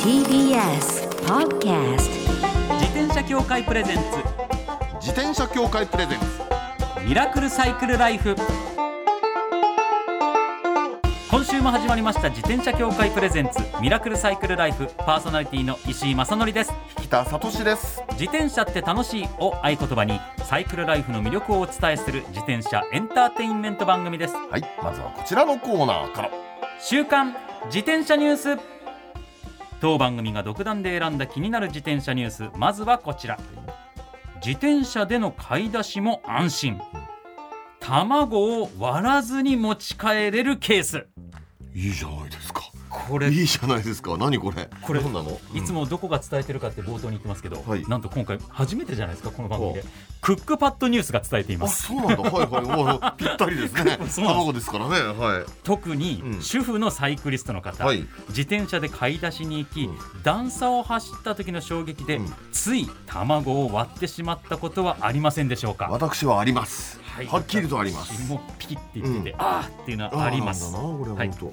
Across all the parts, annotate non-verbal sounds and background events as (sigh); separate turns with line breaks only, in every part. TBS Podcast
自転車協会プレゼンツ
自転車協会プレゼンツ
ミラクルサイクルライフ今週も始まりました自転車協会プレゼンツミラクルサイクルライフパーソナリティの石井正則です
北聡です
自転車って楽しいを合言葉にサイクルライフの魅力をお伝えする自転車エンターテインメント番組です
はいまずはこちらのコーナーから
週刊自転車ニュース当番組が独断で選んだ気になる自転車ニュースまずはこちら自転車での買い出しも安心卵を割らずに持ち帰れるケース
いいじゃないですか
こ
い
れ
いじゃないですか何これ
これ
何なの
いつもどこが伝えてるかって冒頭に言ってますけど、
はい
なんと今回初めてじゃないですかこの番組で
お
クックパッドニュースが伝えてい
うんあ
ます
そうなんだはいはいもうぴったりですね
(laughs) そうなん
卵ですからねは
特に
うん
主婦のサイクリストの方、
はい
自転車で買い出しに行き、
うん
段差を走った時の衝撃で、
うん
つい卵を割ってしまったことはありませんでしょう
い
か
私はあります
はい
はっきりとあります
私もピキって言ってて、
う
あーっていうの
ー
はあります
なんだなこれは
はい
本当うん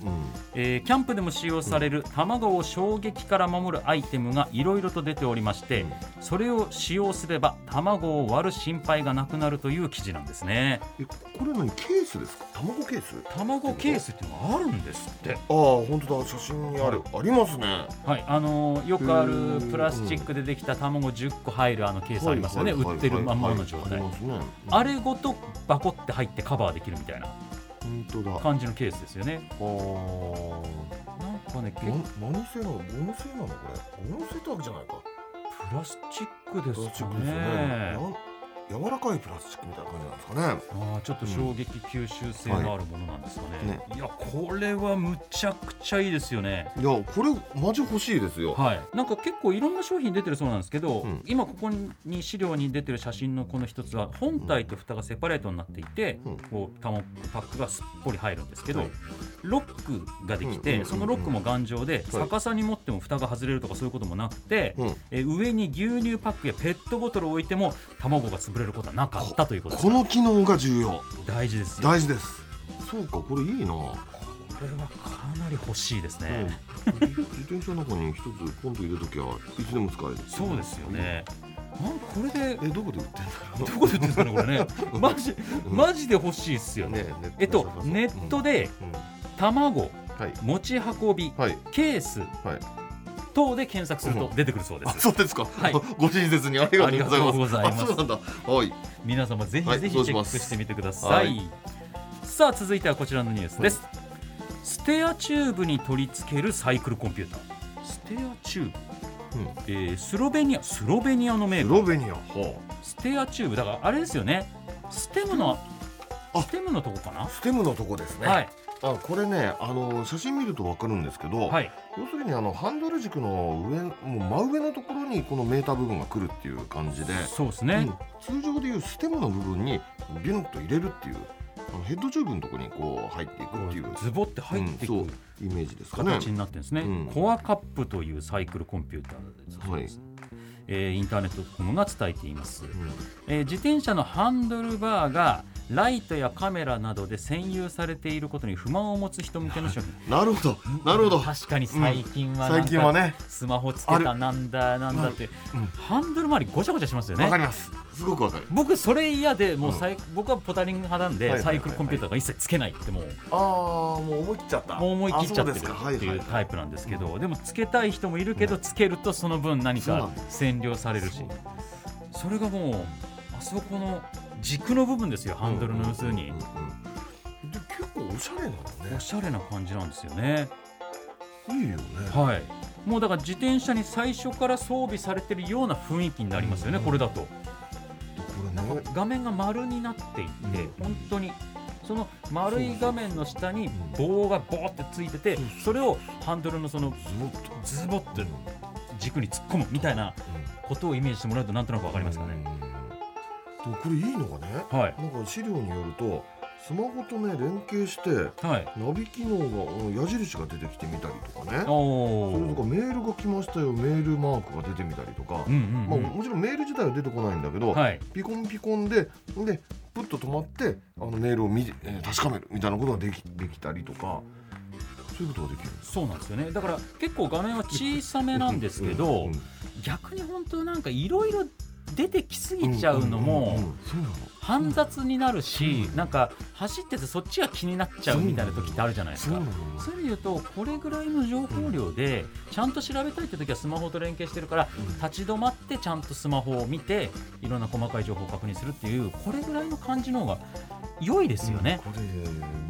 えーキャンプでも使用される卵を衝撃から守るアイテムがいろいろと出ておりまして、
うん
それを使用すれば卵を割る心配がなくなるという記事なんですね
えこれ何ケースですか卵ケース
卵ケースっていうのがあるんですって
ああ本当だ写真にあるありますね
はいあのーよくある
うん
プラスチックでできた卵10個入るあのケースありますよね
はいはい
売ってるまんまの状
はい
態
はいありますねうん
あれごとバコって入ってカバーできるみたいな
本当だ
感じのケースですよね
あー
なんかね結構
な何製なのゴム製なのこれゴム製ってわけじゃないか
プラスチックで
プラス
す
チッ
か
クです
ね
よねや柔らかいプラスチックみたいな感じなんですかね
ああちょっと衝撃吸収性のあるものなんですかね,、
うんはい
い、やこれはむちゃくちゃいいですよね
いやこれマジ欲しいですよ
はい、なんか結構いろんな商品出てるそうなんですけど、
うん
今ここに資料に出てる写真のこの一つは本体と蓋がセパレートになっていて、
うん
こうタモパックがすっぽり入るんですけど、
はい
ロックができ
うんうんうん
て、
うん
そのロックも頑丈で、逆さに持っても蓋が外れるとかそういうこともなくて、
うん
えー上に牛乳パックやペットボトルを置いても卵が潰れることはなかったということです
この機能が重要
大事ですよ
大事ですそうかこれいいな、
これはかなり欲しいです
うん
ね、
自自転車の中に一つポンと入れときゃいつでも使える
そうですよね、なんかこれで
えどこで売ってんだろう
どこで売ってるんですかねこれねマジマジで欲しいっすよね
ねネット
えっと
そうそうそう
ネットで
うんうん
卵
はい
持ち運び
はい
ケース
はい
等で検索すると出てくるそうで
あ
す
そうですか、
はい
(laughs) ご親切にありがとうご
あ
ざいます
りがとうございます
あそうなんだはい
皆様ぜ
は
ひ
い
ぜ
そ
ひチ
うし
ェッ
ま
ク
す
してみてください、
はい
さあ続いてはこちらのニュースです、ステアチューブに取り付けるサイクルコンピューターステアチューブ、
うん
えースロベニアスロベニアのメー
ス
カー
ロベニアは
ステアチューブだからあれですよねステムの
あ
ステムのとこかな、
ステムのとこですね、
はい
あこれねあの写真見ると分かるんですけど、
はい
要するにあのハンドル軸の上もう真上のところにこのメーター部分が来るっていう感じで、
そうです
う
ね、
ん通常でいうステムの部分にビュンと入れるっていうあのヘッドチューブのところにこう入っていくっていう
ズボって入っていく、
うんそうイメージですかね
形。になってるんですね、
うん
コアカップというサイクルコンピューターです、
はい
えーインターネットコムが伝えています、
うん
えー自転車のハンドルバーがライトやカメラなどで占有されていることに不満を持つ人向けの商品
なるほど、なるほど。
確かに最近はなんか、
最近はね、
スマホつけたなんだなんだって、
うん
ハンドル周りごちゃごちゃしますよ
わか
ね
ります。すごくわかる。
僕それ嫌でもう
うん
サイ、僕はポタリング派なんで、
はいはいはいはい
サイクルコンピューターが一切つけないってもう
ああ、もう思い切っちゃった
もう思い切っちゃってる
あそうで
って
すかはいいうはい
タイプなんですけどでもつけたい人もいるけどつけるとその分何
そうな
か
んで
占領されるしそれがもうあそこの軸の部分ですよハンドルの要するに
うんうんうんで結構おしゃれなのね
おしゃれな感じなんですよね
いいよね
はいもうだから自転車に最初から装備されてるような雰囲気になりますよね
うん
これだと
これね
画面が丸になっていて
うん
本当にその丸い画面の下に棒がボーってついてて
うん
それをハンドルのその
ズボッと
ズボッと軸に突っ込むみたいなことをイメージしてもらうとなんとなくわかりますかね、
うんでもこれいいのがね
はい
なんか資料によるとスマホとね連携して
はい
ナビ機能がうん矢印が出てきてみたりとかね
お
それとか
お
メールが来ましたよメールマークが出てみたりとか
うんうん、
まあ
うん
もちろんメール自体は出てこないんだけど
はい
ピコンピコンででプッと止まってあのメールを見、えー確かめるみたいなことができできたりとかそそういうことができる
そうなんですよねだから結構画面は小さめなんですけど、
うんうん
逆に本当なんかいろいろ出てきすぎちゃうのも
うんうんうんそうなの
煩雑になるし、
うん
なんか走っててそっちが気になっちゃうみたいな時ってあるじゃないです
そ
か
うな。の
そういう意味で言うとこれぐらいの情報量でちゃんと調べたいって時はスマホと連携してるから立ち止まってちゃんとスマホを見ていろんな細かい情報を確認するっていうこれぐらいの感じの方が良いですよね。
これ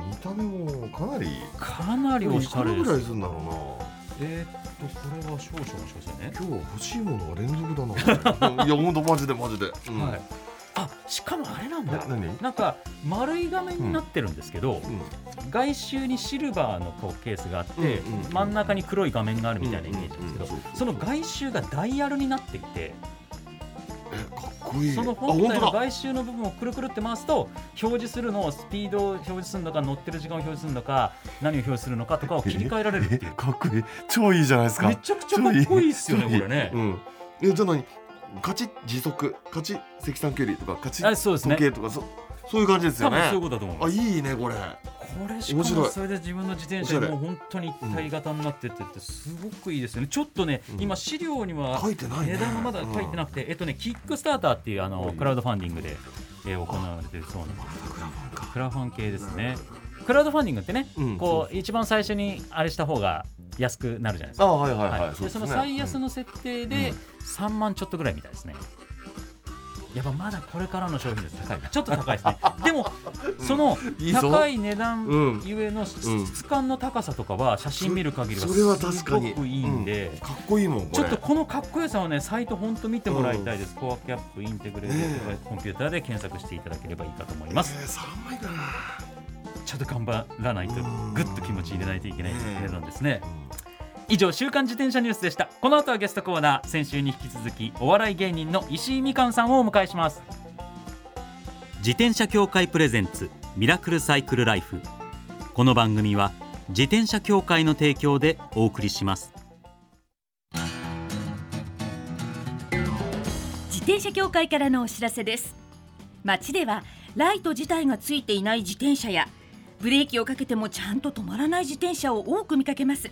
見た目もかなり
かなりおしゃれ
い
で
くらぐら
す
いするんだろうな
えーっとこれは少々お待ちくださいね。
今日は欲しいものが連続
(laughs)
だないや本当マジでマジで、うん
はい、あしかもあれなんだ
な何うん
なんか丸い画面になってるんですけど、外周にシルバーのこうケースがあって、
うんうんうん
真ん中に黒い画面があるみたいなイメージなんですけど、
うんうんうん
その外周がダイヤルになっていて、
えかっこいい
その本体の外周の部分をくるくるって回すと表示するのをスピードを表示するのか乗ってる時間を表示するのか何を表示するのかとかを切り替えられるっていう
えかっこいい超いいじゃないですか
めちゃくちゃかっこいいっすよね
超
これね。
うんえじゃあ何カチッ時速カチッ積算距離とかカチ
あ
ッ
そうです
時
ね
計とかそそういう感じですよ
多
ね
分そういうことだと思います
あいいねこれ
これし
面
かも
白い
それで自分の自転
おし
車
ゃれ
もう本当に一体型になってってってすごくいいですよねちょっとね、
うん
今資料には
書いてないね
値段がまだ書いてなくて、えっとねキックスターターっていうあ
は
の
い
クラウドファンディングで、えー行われてるそうなんで
まだクラファンか
クラファン系ですねクラウドファンディングってね、
うん
こう一番最初にあれした方が安くなるじゃないですか
あはいはいはい、
はい、でその最安の設定で3万ちょっとぐらいみたいですね。やっぱまだこれからの商品です高いちょっと高いです
(laughs)
ねでもその
いいぞ
高い値段
うん
ゆえの
うん
質感の高さとかは写真見る限りは
それは確
す
か
ご
に
くいいんで
うんかっこいいもんこれ
ちょっとこのかっこよさをねサイト本当見てもらいたいですコアキャップインテグレーテッドコンピューターで検索していただければいいかと思います
えー、3枚だな、
ちょっと頑張らないと
うん
ぐっと気持ち入れないといけない値段ですね
うん
以上週刊自転車ニュースでしたこの後はゲストコーナー先週に引き続きお笑い芸人の石井みかんさんをお迎えします自転車協会プレゼンツミラクルサイクルライフこの番組は自転車協会の提供でお送りします
自転車協会からのお知らせです街ではライト自体がついていない自転車やブレーキをかけてもちゃんと止まらない自転車を多く見かけます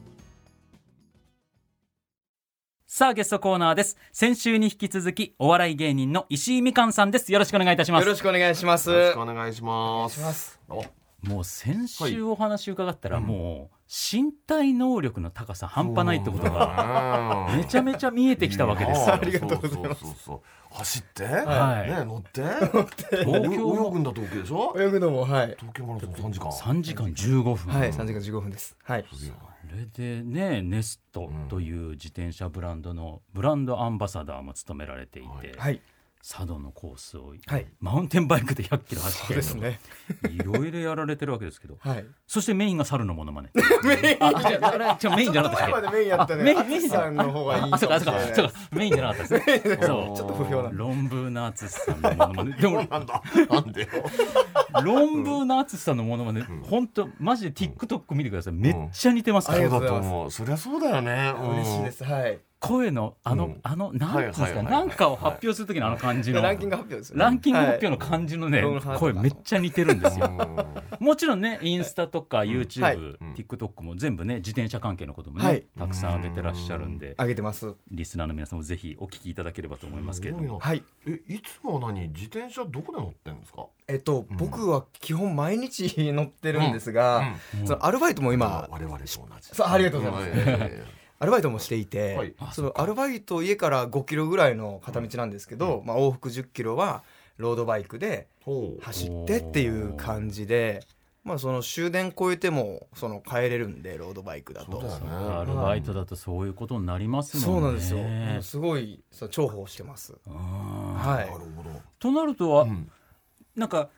さあゲストコーナーです先週に引き続きお笑い芸人の石井みかんさんですよろしくお願いいたしま
よろ
す
しくお願いします。
よろしくお願いします。お
もう先週お話伺ったら、もう身体能力の高さ半端ないってことが
が。
めちゃめちゃ見えてきたわけですよ
ありがとうございます
そうそうそうそう走って、
はい
ね乗って、乗って
東
泳
京
ぐんだ東京でしょ。
泳ぐのもはい。
東京マラソン三時間。
3時間15分、
はい、三時間十五分です。はい。
すげえ
これでねネストという自転車ブランドのブランドアンバサダーも務められていて、
はい。
佐渡のコースを
はい。
マウンテンバイクで100キロ走
そう
って
ですね。
いろいろやられてるわけですけど
はい。
そしてメインが猿のも
(laughs)
のまね
メインじ
ああれじゃあメインじゃなかった
前
っ
ま
け
でメインやったね。
メイン
アキさんの方がいいか
あ
も
そうかそうかそう
う
かメインじゃなかったですねそ
ちょっと不評
う
な
ん
で。
論文の淳さんのものまねでも
なんだ。なんでよ。
論文の淳さんのものまね本当マジで TikTok 見てくださいめっちゃ似てますから
あり
そ
が
う
と
だ
うご
と
ざいます
思う。そりゃそうだよね。うん
嬉しいで。す。はい。
声のあの、
うん
あのなんつうんですか、
はいはいはい
なんかを発表するときのあの感じの、
ランキング発表ですよね。
ランキング発表
はい
の感じのね、
はいはい
声めっちゃ似てるんです
(laughs)
う
よ。
ん
もちろんね、インスタとか YouTube、
はい
TikTok も全部ね、自転車関係のこともね、
はい
たくさん上げてらっしゃるんで、
上げてます。
リスナーの皆さんもぜひお聞きいただければと思いますけれど
すご
も。
いな
はい。
えいつもは何自転車どこで乗ってんですか。
えっと、
ん
僕は基本毎日乗ってるんですが、
うん
そのアルバイトも今
我々と同じ。
そうありがとうございます
んややや
アルバイトもしていて、
はい
あそ
そ
っ
のアルバイト家から5キロぐらいの片道なんですけど、まあ、往復10キロはロードバイクで
ほう
走ってっていう感じで、まあ、その終電越えてもその帰れるんでロードバイクだと
そうだよね
アルバイトだとそういうことになります
そ
も
うん
ね。
なんですよ、すごいそう重宝してます、
うん
は
ないるほど
となるとは、
うん
なんか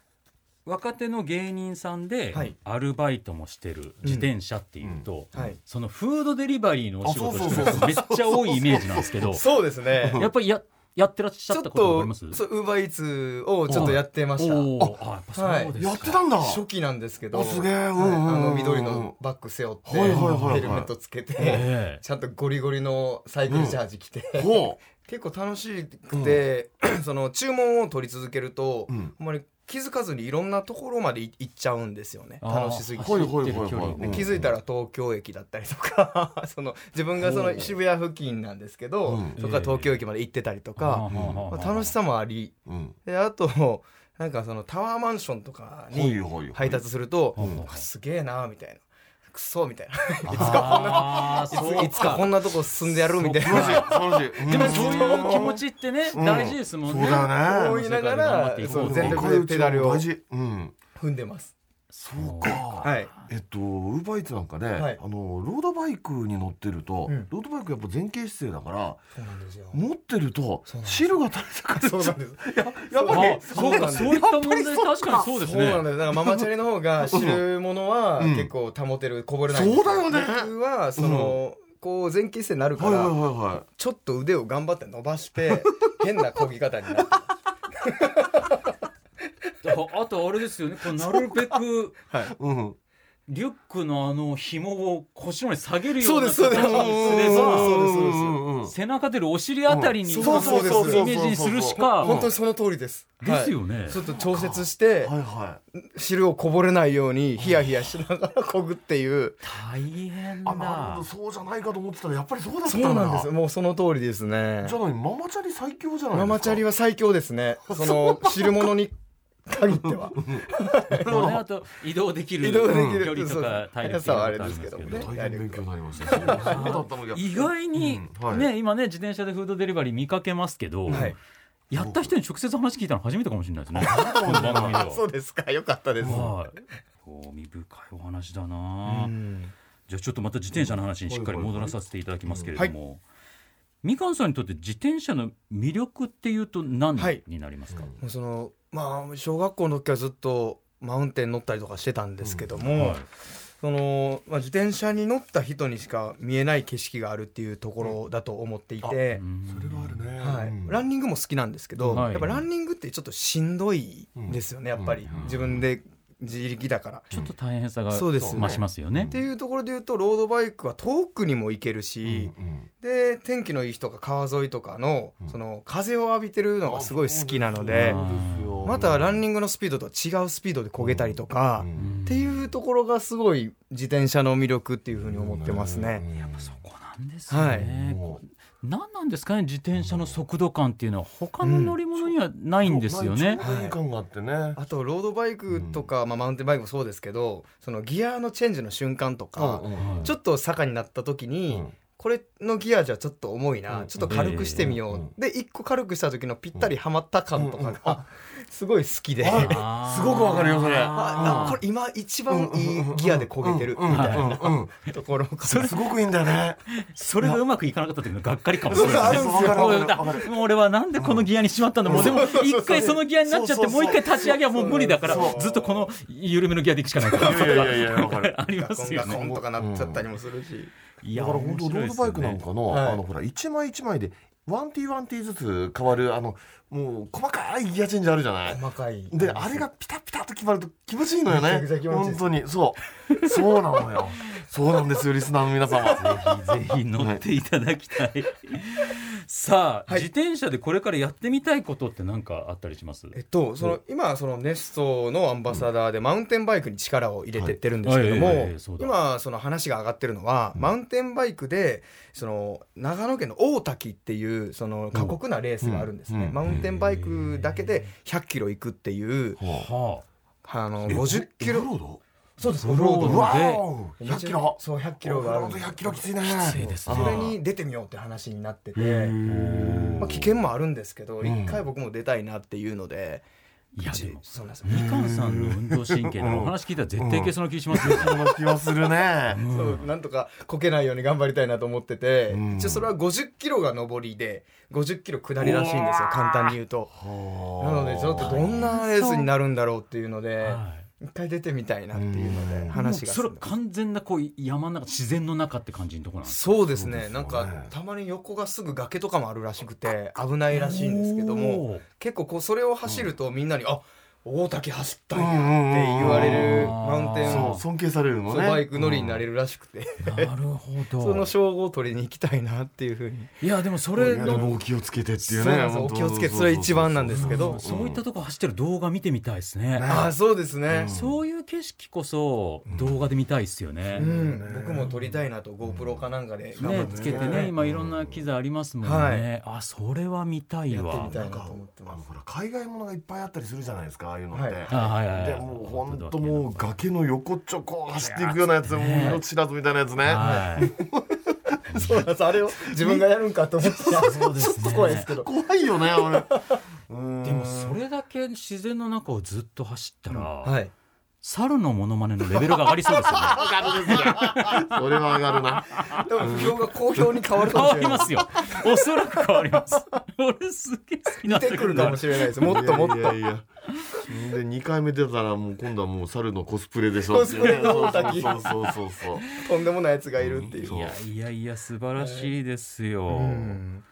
若手の芸人さんで
はい
アルバイトもしてる自転車っていうと、
うんはい
そのフードデリバリーのお仕事してる
あそうそう
人めっちゃ多いイメージなんですけど
そうですね
やっぱりややってらっし
ち
ゃ
ょ
っ
った
ことわかり
と
ます
そうウーバーイーツをちょっとやってました
おーあやっぱそうですか
やってたんだ
初期なんですけど
あすげえうんう
はい
んうん
あの緑のバッグ背負って、
はいはいはいはい
ヘルメットつけて、
え
ちゃんとゴリゴリのサイクルジャージ着て、
ほ
結構楽しくて、 (clears throat) その注文を取り続けると、
ううん
ほんまに気づかずにいろんなところまでい行っちゃうんですよね
あー
楽しすぎて
はいはいはい
知ってる距離
は
で
い
気づいたら東京駅だったりとか (laughs) その自分がそ
ほ
の
う
渋谷付近なんですけど、
うん
そこから東京駅まで行ってたりと
え
か、
はあはあはあ
まあ、楽しさもあり
うん
であと (laughs) なんかそのタワーマンションとか
ほい
に
ほい
配達すると、
うん
あすげえなみたいなクソみたいな
あーそうか
いつかこんなとこ住んでやるみたい
楽しい
な
楽しい
でも
ん
そういう気持ちってね、
うん
大事ですもんね。
そうだよね
思いながら
世界で
そ
頑張
う
ってい
全
こうと
力でペダルを
大事うん
踏んでます。
そうか
はい
えっと、ウーバーイーツなんかね、
はい
あのロードバイクに乗ってると、
うん
ロードバイクやっぱ前傾姿勢だから
そうなんですよ
持ってると
そうなんです
汁が垂れてくる
そうなんです。
やっぱり
あそうか、そういった問題、確かにそうです
そうな
ね。
んだよ。だからママチャリの方が汁物は
うん
結構保てる、こぼれないんで
そ
す。
うだよね
僕はその、こう前傾姿勢になるか
はいはい
ら、
はいはい
ちょっと腕を頑張って伸
(laughs)
ばして、変な漕ぎ方になって。
ああとあれですよね、こうなるべく
はい。
うん
リュックのあの紐を腰の上に下げるよ
そう
う
で
な
す
形
そう
に
です。
すれ
そ
ば、
うですそうです
うんうん
背中出るお尻あたりに
うん
乗
そう
せ
そうそう
るイメージにするし
うん
か
本当にその通りです。
です
は
よね
い。ちょっと調節して
はいは
汁をこぼれないようにヒヤヒヤしながらこぐっていう。
大変
いあなるほ
だ
ど。そうじゃないかと思ってたらやっぱりそうだった
そ
んだ
うなんです。もうその通りですね
じゃ。ないママチャリ最強じゃないですか
ママチャリ
は
は最強ですね。その汁物に限って
(laughs)
は。
まあねあと移動できる
移動できる
距離とか体力と
そう
か
あ
あ
れ
るん
で
です
すけ
けど
ども
ね
ね。
大変勉強になりましたそうだったのに
意外に、
うんはい
ね今ね自転車でフードデリバリー見かけますけど、
はい
やった人に直接話聞いたの初めてかもしれないですね。この番組では
あそうですか。よかったです。
はい。興味深いお話だな、
うん
じゃあちょっとまた自転車の話にしっかり戻らさせていただきますけれども、
はい
みかんさんにとって自転車の魅力っていうと何
はい
になりますか、
もうそのまあ小学校の時からずっとマウンテン乗ったりとかしてたんですけども、
はい
そのまあ、自転車に乗った人にしか見えない景色があるっていうところだと思っていて、
うん
それがあるね
はい
うん
ランニングも好きなんですけど、
はい
やっぱランニングってちょっとしんどいですよね、
うん
やっぱり、
うん
自分で自力だから。
ちょっと大変さが
そう
増
ですね
しますよね
っ
で
ていうところで言うとロードバイクは遠くにも行ける
う
し、
ん
で天気のいい日とか川沿いとかの,、
うん
その風を浴びてる
う
の
ん
がすごい好きなので
あ。そうですよ
またラン
ン
ニングのスピードとは違うスピードで焦げたりと
う
か、
グ
ん
っていうところがすごい自転車の魅力っていうふうに思ってますね。
やっぱ
そ
そ
こなんですね、
もう
何なんですかね自転車の速度感っていうのは他の乗り物にはないんですよね、
ちょうどいい感があってね。
あとロードバイクとか、まあ、マウンテンバイクもそうですけどそのギアのチェンジの瞬間とか、ちょ
っ
っと坂になった時に、これのギアじゃちょっと重いな、
うん
ちょっと軽くしてみよう、
うん
で一個軽くした時のぴったりはまった感とかが、すごい好きで、
あ
あー
すごくわかるよそれ
ああこれ今一番いいギアで焦げてるみたいな
な。
ところが
それすごくいいんだよね。
それがうまくいかなかった時のがっかりかもしれないですね。
そうそうあるんですよ
もうもう俺はなんでこのギアにしまったんだ、もうでも一回そのギアになっちゃっ
そう
て
そう
もう一回立ち上げはもう無理だから
そう
ずっとこの緩めのギアでいくしかないから
いやいやいやわか
(laughs)
る
ありま
ガコ
す
ン
よ
ガ
ね
コンとかなっちゃったりもするし。
い
だ
や
から本当ロードバイクなんかの、
はい
あのほら一枚一枚でワンティーワンティーずつ変わるあのもう細かいギアチェンジあるじゃない。
細かい
であれがピタピタと決まると気持ちいいのよ
めち
ね
ゃくちゃ気持ちいいで
本
す
当にそうそうなのよそうなんですよリスナーの皆様
ぜひ乗っていただきたい、 (laughs) さあ、
はい
自転車でこれからやってみたいことって何かあったりします
えっと、その今そのネストのアンバサダーでマウンテンバイクに力を入れてってるんですけど
はいはいはい
も
はいそうだ
今その話が上がってるのはマウンテンバイクでその長野県の大滝っていうその過酷なレースがあるんです
うんう
ね
ん
マウンテンバイクだけで100キロ行くっていう
は
は
あの
あ
50キロ
ロード
そうです
オフロード
う
で
わー100キロ
そう100キロがあるん
オフロード100キ
ロ
ロきついね
きついです
そ
ね
れに出てみようって話になってて、
ー
まあ、危険もあるんですけど
ん
一回僕も出たいなっていうので
いや
うち
でも
そうなんですよ
みかんさんの運動神経のお話聞いたら絶対いけそうな気しますよ、
そんな気はするね
そうなんとかこけないように頑張りたいなと思ってて、
うん
一応それは50キロが上りで50キロ下りらしいんですよ簡単に言うとなのでちょっとどんなレースになるんだろうっていうので
はい
一回出てみたいなっていうの
う
で
ん
話が
それは完全なこう山の中自然の中って感じのところなんです
そうです
そう
ね
ですよ
なん
ね
かたまに横がすぐ崖とかもあるらしくて危ないらしいんですけども
おー
結構こうそれを走るとみんなに「あ大滝走ったん
うん
や」
うん
って
うん
言われる
あー
マウンテ
そ
ンそう
尊敬されるの
う
ね
バイク乗りになれ
る
るらしくて
なるほど
その称号を取りに行きたいなっていうふうに
いやでもそ
こ
れ
れ
の
お気をつけてっていう
そう
ね
なんです
本当
お気をつけてそれ一番なんですけど
うんそういったとこ走ってる動画見てみたいですね
ああそうですね
そういう景色こそ動画で見たいですよね、
うん僕も撮りたいなと GoPro かなんかで頑張
ね
って
つけてね今いろんな機材ありますもんね、あそれは見たい
やって
わ
みた
ないん
な
か
と思って
あ
ま
の
す
ほら海外ものがいっぱいあったりするじゃないですかああいうのって、
はい
あはいはいはい
でもう本当もう崖の横ちょこを走っていくようなやつ、
ね
もう命知らずみたいなやつね、
はい
そうなんですあれを (laughs) 自分がやるんかと思ってちょ
そうですね
っと怖いですけど
怖いよね
(laughs)
俺うん
でもそれだけ自然の中をずっと走ったら、
はい
猿のモノマネのレベルが上がりそうですよね
それは上がるな
でも不評が好評に変わるか
変わり
もしれない
ますよおそらく変わります俺すげえ好きな
出
んだ
て
け
く
ど
るかもしれないですもっともっと
いやいやいやで2回目出たらもう今度はもう猿のコスプレでしょ
コスプレの大滝
そうそうそうそう
とんでもないやつがいるっていう
そう
いやいやいや素晴らしいですよ、
うん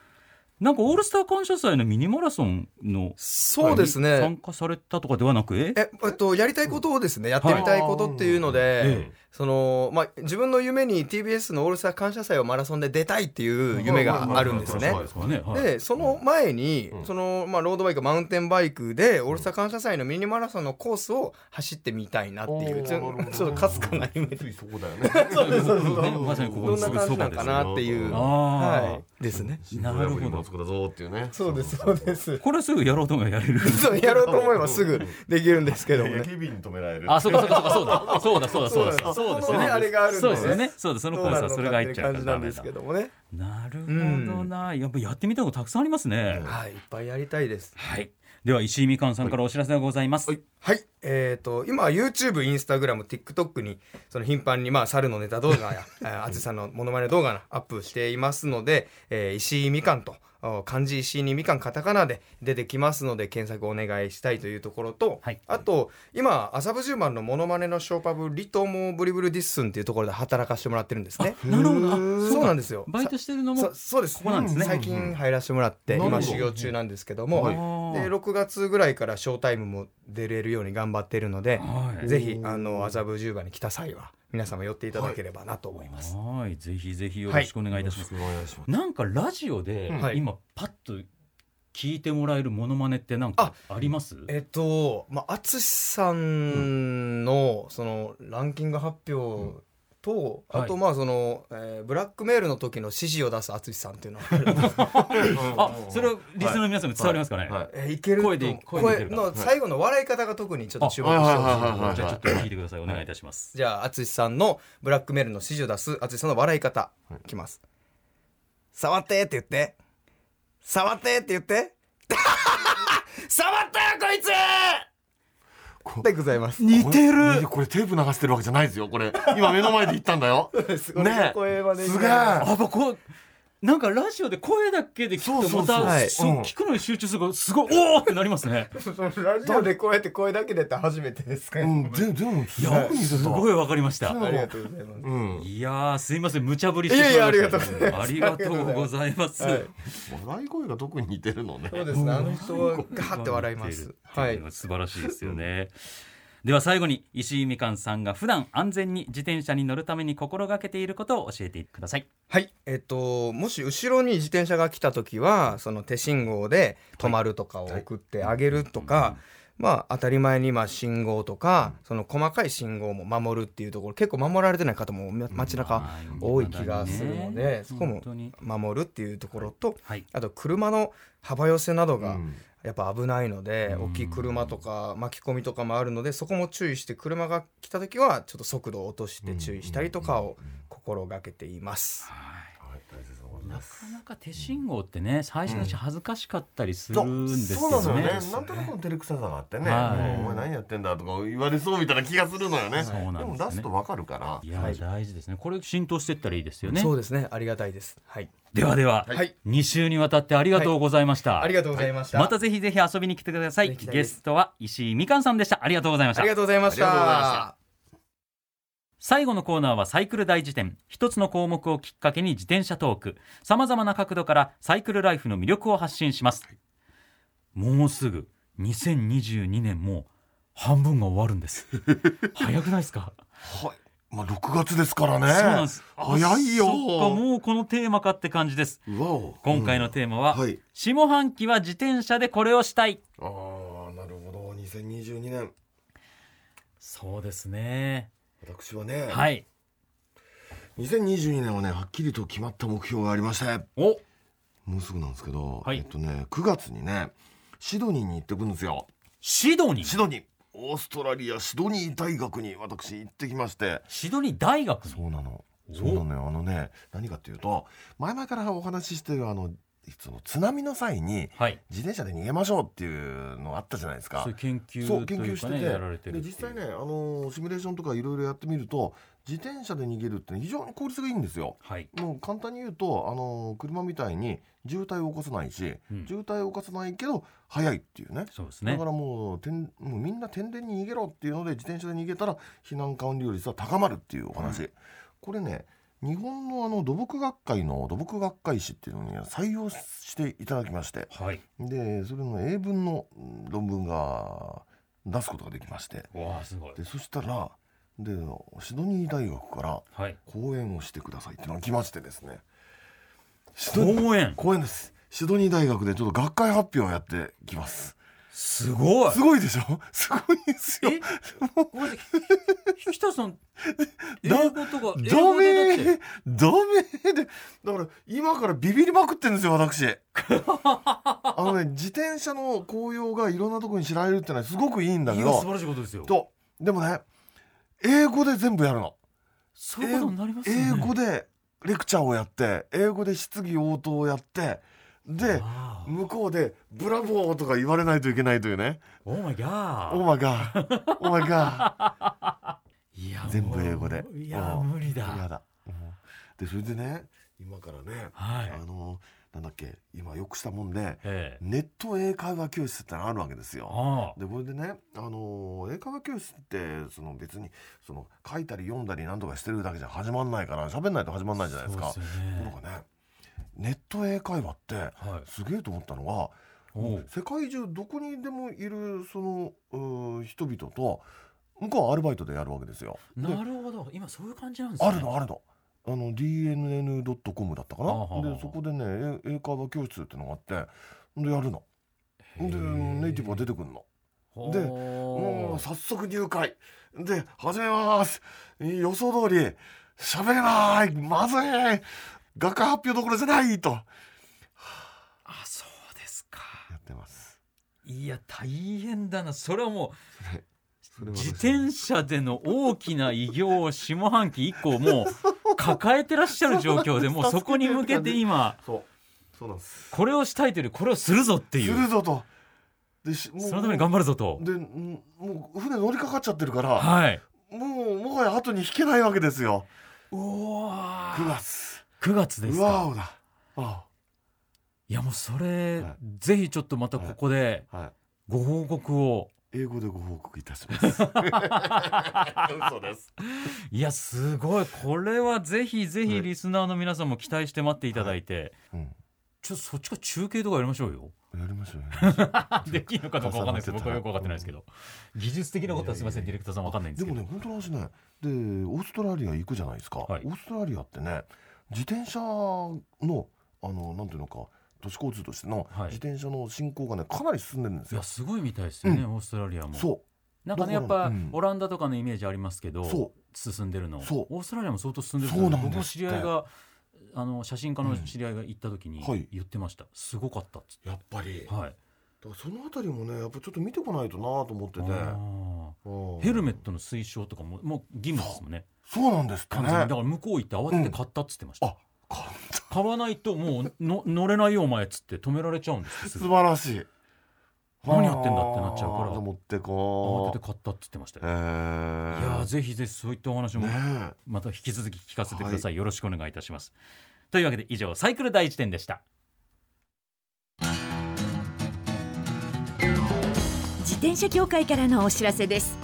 なんかオールスター感謝祭のミニマラソンの
そうですね
参加されたとかではなくえ
ええっと、やりたいことをですねやってみたいことっていうので、
ええ
そのまあ、自分の夢に TBS の「オールスター感謝祭」をマラソンで出たいっていう夢があるんですね。
ですかね、はい、
でその前に、
うん
そのまあ、ロードバイクマウンテンバイクで「オールスター感謝祭」のミニマラソンのコースを走ってみたいなっていうちょちょっとかすかな夢で
ついそこだよね
そうですそうです
ねまさにここ
ど
の
ん
す
な
ぐ
感
そ
じな
ば
ん
で
か
す
なっていう、
あ
は
あ、
い、ですね。
い、なるほど
そこだぞっていうね
そうですそうです
これすぐやろうと思えばやれる
そうやろうと思えばすぐできるんですけどもね。
警備員に止められる
あそうかそうかそうかそうだ (laughs) そうだそうだそうだ
そう
で
です
よ
すよ
ね
ね。あれがあるんで
そうですよねそうだその
ど
子
うな
さ
るの
そ
か
れが
っ
入
て
っ
いう
ちゃう
感
か
じ
ら
な
ダ
ん
メ
です
だ
けどもね。
なるほどなやっぱやってみたいことたくさんありますね、
はい、いっぱいやりたいです。
はいでは石井みかんさんからお知らせがございます、
はい、えっ、と今 YouTube、Instagram、TikTok にその頻繁にまあ猿のネタ動画や (laughs) ああずさんのモノマネ動画のアップしていますので、えー石井みかんとお漢字石井にみかんカタカナで出てきますので検索お願いしたいというところと、
はい
あと今麻布十番のモノマネのショーパブリトモブリブルディッスンっていうところで働かせてもらってるんですね。
なるほどあ
そうなんですよ。
バイトしてるのも
そそうです
ここなんですね
う最近入らせてもらって
なるほ
今
ど
修行中なんですけど
はい
もで6月ぐらいからショータイムも出れるように頑張ってるので
はい
ぜひあの麻布十番に来た際は皆様寄っていただければなと思います。
はいぜひぜひよろしくお願いいたします、
お願いしま
なんかラジオで
はい
今パッと聞いてもらえるモノマネってなんかあります
えっとまあ淳さんのそのランキング発表と、
うん
あとまあその、えーブラックメールの時の指示を出す淳さんっていうのは、
(laughs) あそれはリスナーの皆さんに伝わりますかね、
はい
えーいけると
声で声で出てるか
の最後の笑い方が特にちょっと注目して
はい
ほしい
はいはいはいはい
じゃあちょっと聞いてくださいお願いいたします、
じゃあ淳さんのブラックメールの指示を出す淳さんの笑い方いきます、触ってって言って触ってって言って (laughs) 触ったよこいつ
こ
でございます
似てるこれテープ流してるわけじゃないですよこれ今目の前で言ったんだよ
(laughs) すごい声まですす
げえ
あやっぱこうなんかラジオで声だけで聞くと
そうそう
ま
そ
た
う
はい
そう聞くのに集中するからすごいおおってなります
(laughs)
ね
ラジオでこうやって声だけ出て初めてですか
う
ね、
んででもす
い
ご
や
く似てた
すごいわかりました
ありがとうございます
うん
いやーすいません無茶ぶりしてしまいましたね
いやいやありがとう
ご
ご
ざいます
はい
笑い声が特に似てるのね
そうですねあの人はガーって笑いますは
はいい、素晴らしいですよね。では最後に石井みかんさんが普段安全に自転車に乗るために心がけていることを教えてください。
はい、えっと、もし後ろに自転車が来た時はその手信号で止まるとかを送ってあげるとか、まあ、当たり前にまあ信号とか、その細かい信号も守るっていうところ結構守られてない方もま街中多い気がするので、
はい
そこも
本当に
守るっていうところと、
はい
あと車の幅寄せなどが、
うん
やっぱ危ないので
うん
大きい車とか巻き込みとかもあるのでそこも注意して車が来た時はちょっと速度を落として注意したりとかを心がけています。
はい、大切なこと
な
で
か
す。
なか手信号ってね最初のうち恥ずかしかったりする
そ
んですよ
うなんですよ
ね
ね。なんとなく照れくささがあってね、
はい
お前何やってんだとか言われそうみたいな気がするのよね。
そうなんですね
も出すとわかるから
い。や大事ですねこれ浸透していったらいいですよね
そうですねありがたいです。はい。
ではでは、
はい
2週にわたってありがとうございました、
ありがとうございました。
またぜひぜひ遊びに来てください
ぜひぜひ
ゲストは石井みかんさんでしたありがとうございまし
あ
た
りがとうございまし。
ありがとうございました
最後のコーナーはサイクル大辞典一つの項目をきっかけに自転車トークさまざまな角度からサイクルライフの魅力を発信します、もうすぐ2022年もう半分が終わるんです (laughs) 早くないですか、
はい。まあ6月ですからね。
そうなんです
早いよ
あそっかもうこのテーマかって感じです
うわお。
今回のテーマは、
うんはい
下半期は自転車でこれをしたい
ああ、なるほど。2022年。
そうですね
私はね、
はい
2022年はね、はっきりと決まった目標がありまして、
お
もうすぐなんですけど、
はい
えっとね、9月にね、シドニーに行ってくるんですよ。
シドニ
シ
ー
ドニー。オーストラリアシドニー大学に私行ってきまして
シドニー大学に
そうなの
お
そうなのよあのね何かっていうと前々からお話ししてるあのその津波の際に
はい
自転車で逃げましょうっていうのあったじゃないですか
そういう研究
そう
と
研
い
究
う
して
か
て
ねやられてる
で
っていう
実際ねあのシミュレーションとかいろいろやってみると自転車で逃げるって非常に効率がいいんですよ
はい
もう簡単に言うとあの車みたいに渋滞を起こさないし、
うん
渋滞を起こさないけど速いっていうね
そうです
だ
ね
からもうてんもうみんな天然に逃げろっていうので自転車で逃げたら避難管理率は高まるっていうお話、これね日本のあの土木学会の土木学会誌っていうのに採用していただきまして
はい
でそれの英文のうん論文が出すことができまして
わあすごい
でそしたらでシドニー大学から
はい
講演をしてくださいっていうのが来ましてですねシドニー
公園
講演ですシドニー大学でちょっと学会発表をやってきます
すごい
すごいでしょ (laughs) すごいですよ
え。ごめんなさいひ北さん英
だ
語とか英
ダ
語でだっ
メダメで。だから今からビビりまくってんです
(laughs)
よ、私。あのね、自転車の紅葉がいろんなとこに知られるってのはすごくいいんだ
てい
け
や素
ど、
晴らしいことですよ
と、でもね、英語で全部やるの。
そういうことになりますよね
英語でレクチャーをやって、英語で質疑応答をやって、で、
わあ
向こうでブラボーとか言われないといけないというね。
オーマイガ
オー
ー
マガー。オーマガー。
いや
全部英語で
もう (laughs) いや
うん
無理
嫌
だ
だ、うんでそれでね今からね、
はい
あのなんだっけ今よくしたもんで
ええ
ネット英会話教室ってのあるわけですよ。
ああ
でこれでね、あの英会話教室ってその別にその書いたり読んだりなんとかしてるだけじゃ始まんないから喋んないと始まんないじゃないですか。
そうですよ
と
ね
ころがねネット英会話って
はい
すげえと思ったのが
おう
世界中どこにでもいるそのうー人々と向こうはアルバイトでやるわけですよ。で
なるほど今そういう感じなんですね
あるのあるの。あの DNN.com だったかな
あはは
でそこでねえ英会話教室ってのがあってでやるの
へえ
でネイティブが出てくるので
ほ
もう
う
早速入会で始めます予想通り喋れないまずい学会発表どころじゃないとや
あそうですか
ってます
いや大変だなそれはも
そうれは私
自転車での大きな偉業を下半期以降もう抱えてらっしゃる状況で
(laughs)
もうそこに向けて今
そうそうなんです
これをしたいというよりこれをするぞって
す
い
る
う
ぞとでしもう
そのために頑張るぞと
でんもう船乗りかかっちゃってるから、
はい
もうもはや後に引けないわけですよ
お
9月
9月です
うわ
か
おだあ
いやもうそれ
は
ぜひちょっとまたここで
あはい
ご報告を
英語でご報告いたします
(laughs)
嘘です
いやすごいこれはぜひぜ
は
ひ
い
リスナーの皆さんも期待して待っていただいて、
うん
ちょっとそっちから中継とかやりましょうよ
やりましょうやりまし
(laughs)
ょう
できるのかどうかわかんないです
重なって
僕
たら
はよくわかってないですけど、技術的なことはすみません
い
ディ
や
レク
いやいや
ターさんわかんないんです
で
けど
もね本当の話ねでオーストラリア行くじゃないですか、
はい
オーストラリアってね自転車のあのなんていうのか都市交通としての
はい
自転車の進行がねかなり進んでるんです
い
よ
や、すごいみたいですよね、
う
オーストラリアも
そ
なんかねや
だ
っ
から
ぱ、
うん
オランダとかのイメージありますけど
うそ
進んでるの
そう
オーストラリアも相当進んでる
そうなんですって
僕の知り合いがあの写真家の知り合いが行った時に
うんはい
言ってました、すごかったっつっ
うやっぱり
てはい
からそのあたりもねやっぱちょっと見てこないとなと思ってて
あ
うん
ーヘルメットの推奨とかももう義務ですもんね
そうなんですか
完
ね
全にだから向こう行って慌てて買ったっつってました、
うんあ買
買わないともうの乗れないよお前っつって止められちゃうんですよす
素
ぐ
晴らしい
何やってんだってなっちゃうから
あー持って
慌
こ
て
う
て買ったっつってました
え
よ、
ー
いやーぜひぜひそういったお話も
ね
また引き続き聞かせてください、よろしくお願いいたしますというわけで以上サイクル第一点でした
自転車協会からのお知らせです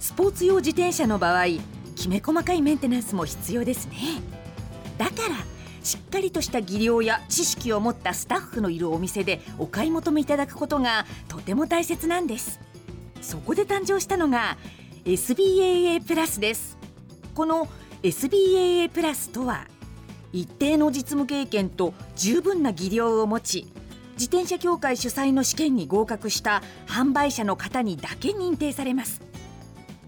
スポーツ用自転車の場合きめ細かいメンテナンスも必要ですねだからしっかりとした技量や知識を持ったスタッフのいるお店でお買い求めいただくことがとても大切なんですそこで誕生したのが SBAA プラスですこの SBAA プラスとは一定の実務経験と十分な技量を持ち自転車協会主催の試験に合格した販売者の方にだけ認定されます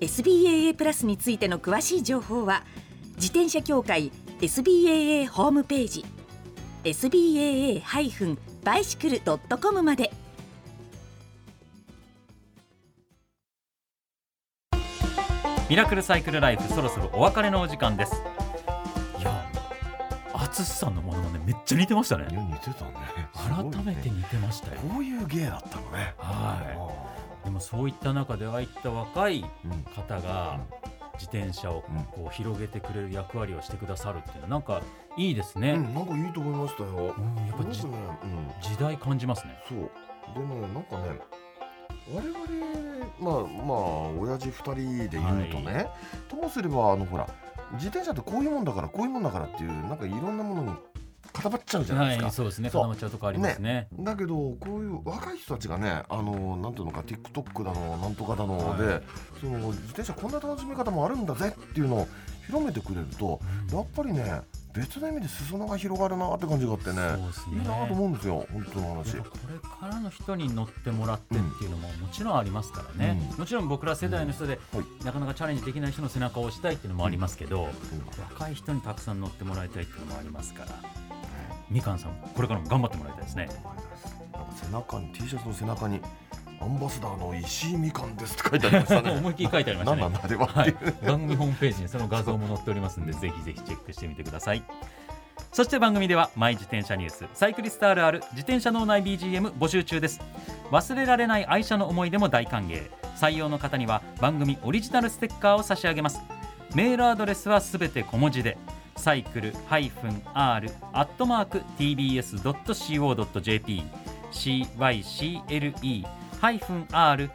SBAA プラスについての詳しい情報は自転車協会 SBAA ホームページ SBAA-bicycle.com まで
ミラクルサイクルライフそろそろお別れのお時間ですいや淳さんのものまねめっちゃ似てました
いや
ね
似てたねす
改
ごいね
めて似てましたよ
こういう芸だったのね
は
あ
いでもそういった中でああいった若い
ーうん
方が自転車を
うん
こう広げてくれる役割をしてくださるっていうのはなんかいいですね、
うん、なんかいいと思いましたよ。
うんやっぱじ
すごくね、うん、
時代感じますね
そう。でね、なんかね、我々、まあ、まあ、親父二人で言うとね、ともすれば、あの、ほら、自転車ってこういうもんだから、こういうもんだからっていう、なんかいろんなものに固まっちゃうじゃないですか。
はいそうですね
そう
固まっちゃうとこありますね
だけどこういう若い人たちがねあのなんていうのか TikTok だのなんとかだので、
はい
その自転車こんな楽しみ方もあるんだぜっていうのを広めてくれるとやっぱりね別の意味で裾野が広がるなって感じがあってね
そうですね
いいなと思うんですよ本当の話
やっぱこれからの人に乗ってもらってっていうのももちろんありますからね、
うん
もちろん僕ら世代の人で、
うんは
なかなかチャレンジできない人の背中を押したいっていうのもありますけど、
うん
若い人にたくさん乗ってもらいたいっていうのもありますからみかんさんこれからも頑張ってもらいたいですね
なんか背中に T シャツの背中にアンバサダーの石井みかんですって書いてありましたね
(laughs) 思いっきり書いてありました
何
ね
なんだあれはっ
は
てい、、
いう番組ホームページにその画像も載っておりますのでぜひぜひチェックしてみてくださいそして番組では「マイ自転車ニュース」「サイクリストあるある自転車脳内 BGM」募集中です忘れられない愛車の思い出も大歓迎採用の方には番組オリジナルステッカーを差し上げますメールアドレスはすべて小文字でサイクル -r-tbs.co.jp cycle -r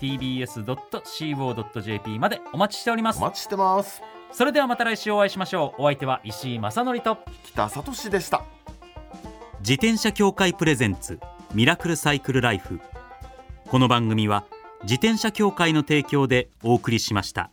tbs.co.jp までお待ちしておりま
お
す
待ちしてます
それではまた来週お会いしましょうお相手は石井正則と
北里氏でした
自転車協会プレゼンツミラクルサイクルライフこの番組は自転車協会の提供でお送りしました。